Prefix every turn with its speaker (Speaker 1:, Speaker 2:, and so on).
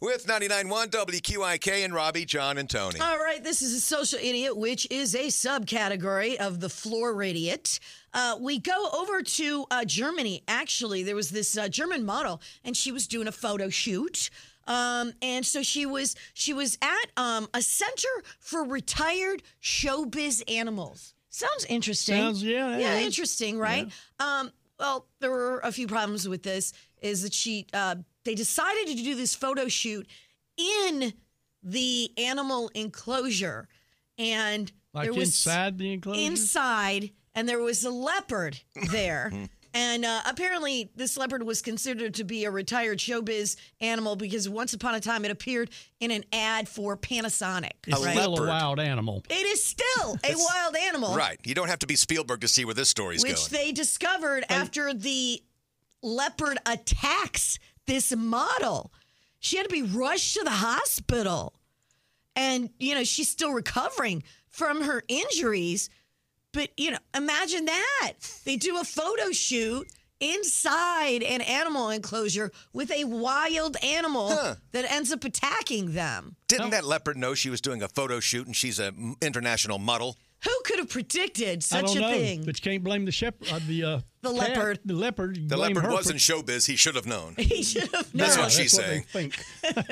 Speaker 1: with 99.1 WQIK and Robbie, John, and Tony.
Speaker 2: All right, this is a social idiot, which is a subcategory of the floor idiot. Uh, we go over to uh, Germany. Actually, there was this uh, German model, and she was doing a photo shoot. Um, and so she was she was at um, a center for retired showbiz animals. Sounds interesting.
Speaker 3: Sounds- yeah,
Speaker 2: yeah,
Speaker 3: yeah.
Speaker 2: interesting, right? Um, well, there were a few problems with this. Is that she uh, they decided to do this photo shoot in the animal enclosure, and
Speaker 3: Like
Speaker 2: there was
Speaker 3: inside the enclosure?
Speaker 2: inside, and there was a leopard there. And uh, apparently, this leopard was considered to be a retired showbiz animal because once upon a time it appeared in an ad for Panasonic.
Speaker 3: it's
Speaker 2: right?
Speaker 3: still
Speaker 1: leopard.
Speaker 3: a wild animal.
Speaker 2: It is still a wild animal,
Speaker 1: Right. You don't have to be Spielberg to see where this story's
Speaker 2: Oh. which
Speaker 1: going.
Speaker 2: they discovered after the leopard attacks this model. She had to be rushed to the hospital. And, you know, she's still recovering from her injuries. But, you know, imagine that. They do a photo shoot inside an animal enclosure with a wild animal that ends up attacking them.
Speaker 1: Didn't that leopard know she was doing a photo shoot and she's an international model?
Speaker 2: Who could have predicted
Speaker 3: I
Speaker 2: such
Speaker 3: don't
Speaker 2: a
Speaker 3: know,
Speaker 2: thing?
Speaker 3: but you can't blame the shepherd. Uh, the uh,
Speaker 2: The
Speaker 3: cat,
Speaker 2: leopard.
Speaker 3: The leopard. you
Speaker 1: The
Speaker 3: blame
Speaker 1: leopard
Speaker 3: her
Speaker 1: was
Speaker 3: for-
Speaker 1: in showbiz. He should have known.
Speaker 2: He should have known.
Speaker 1: That's
Speaker 3: Yeah,
Speaker 1: what she's
Speaker 3: they
Speaker 1: saying.
Speaker 3: think.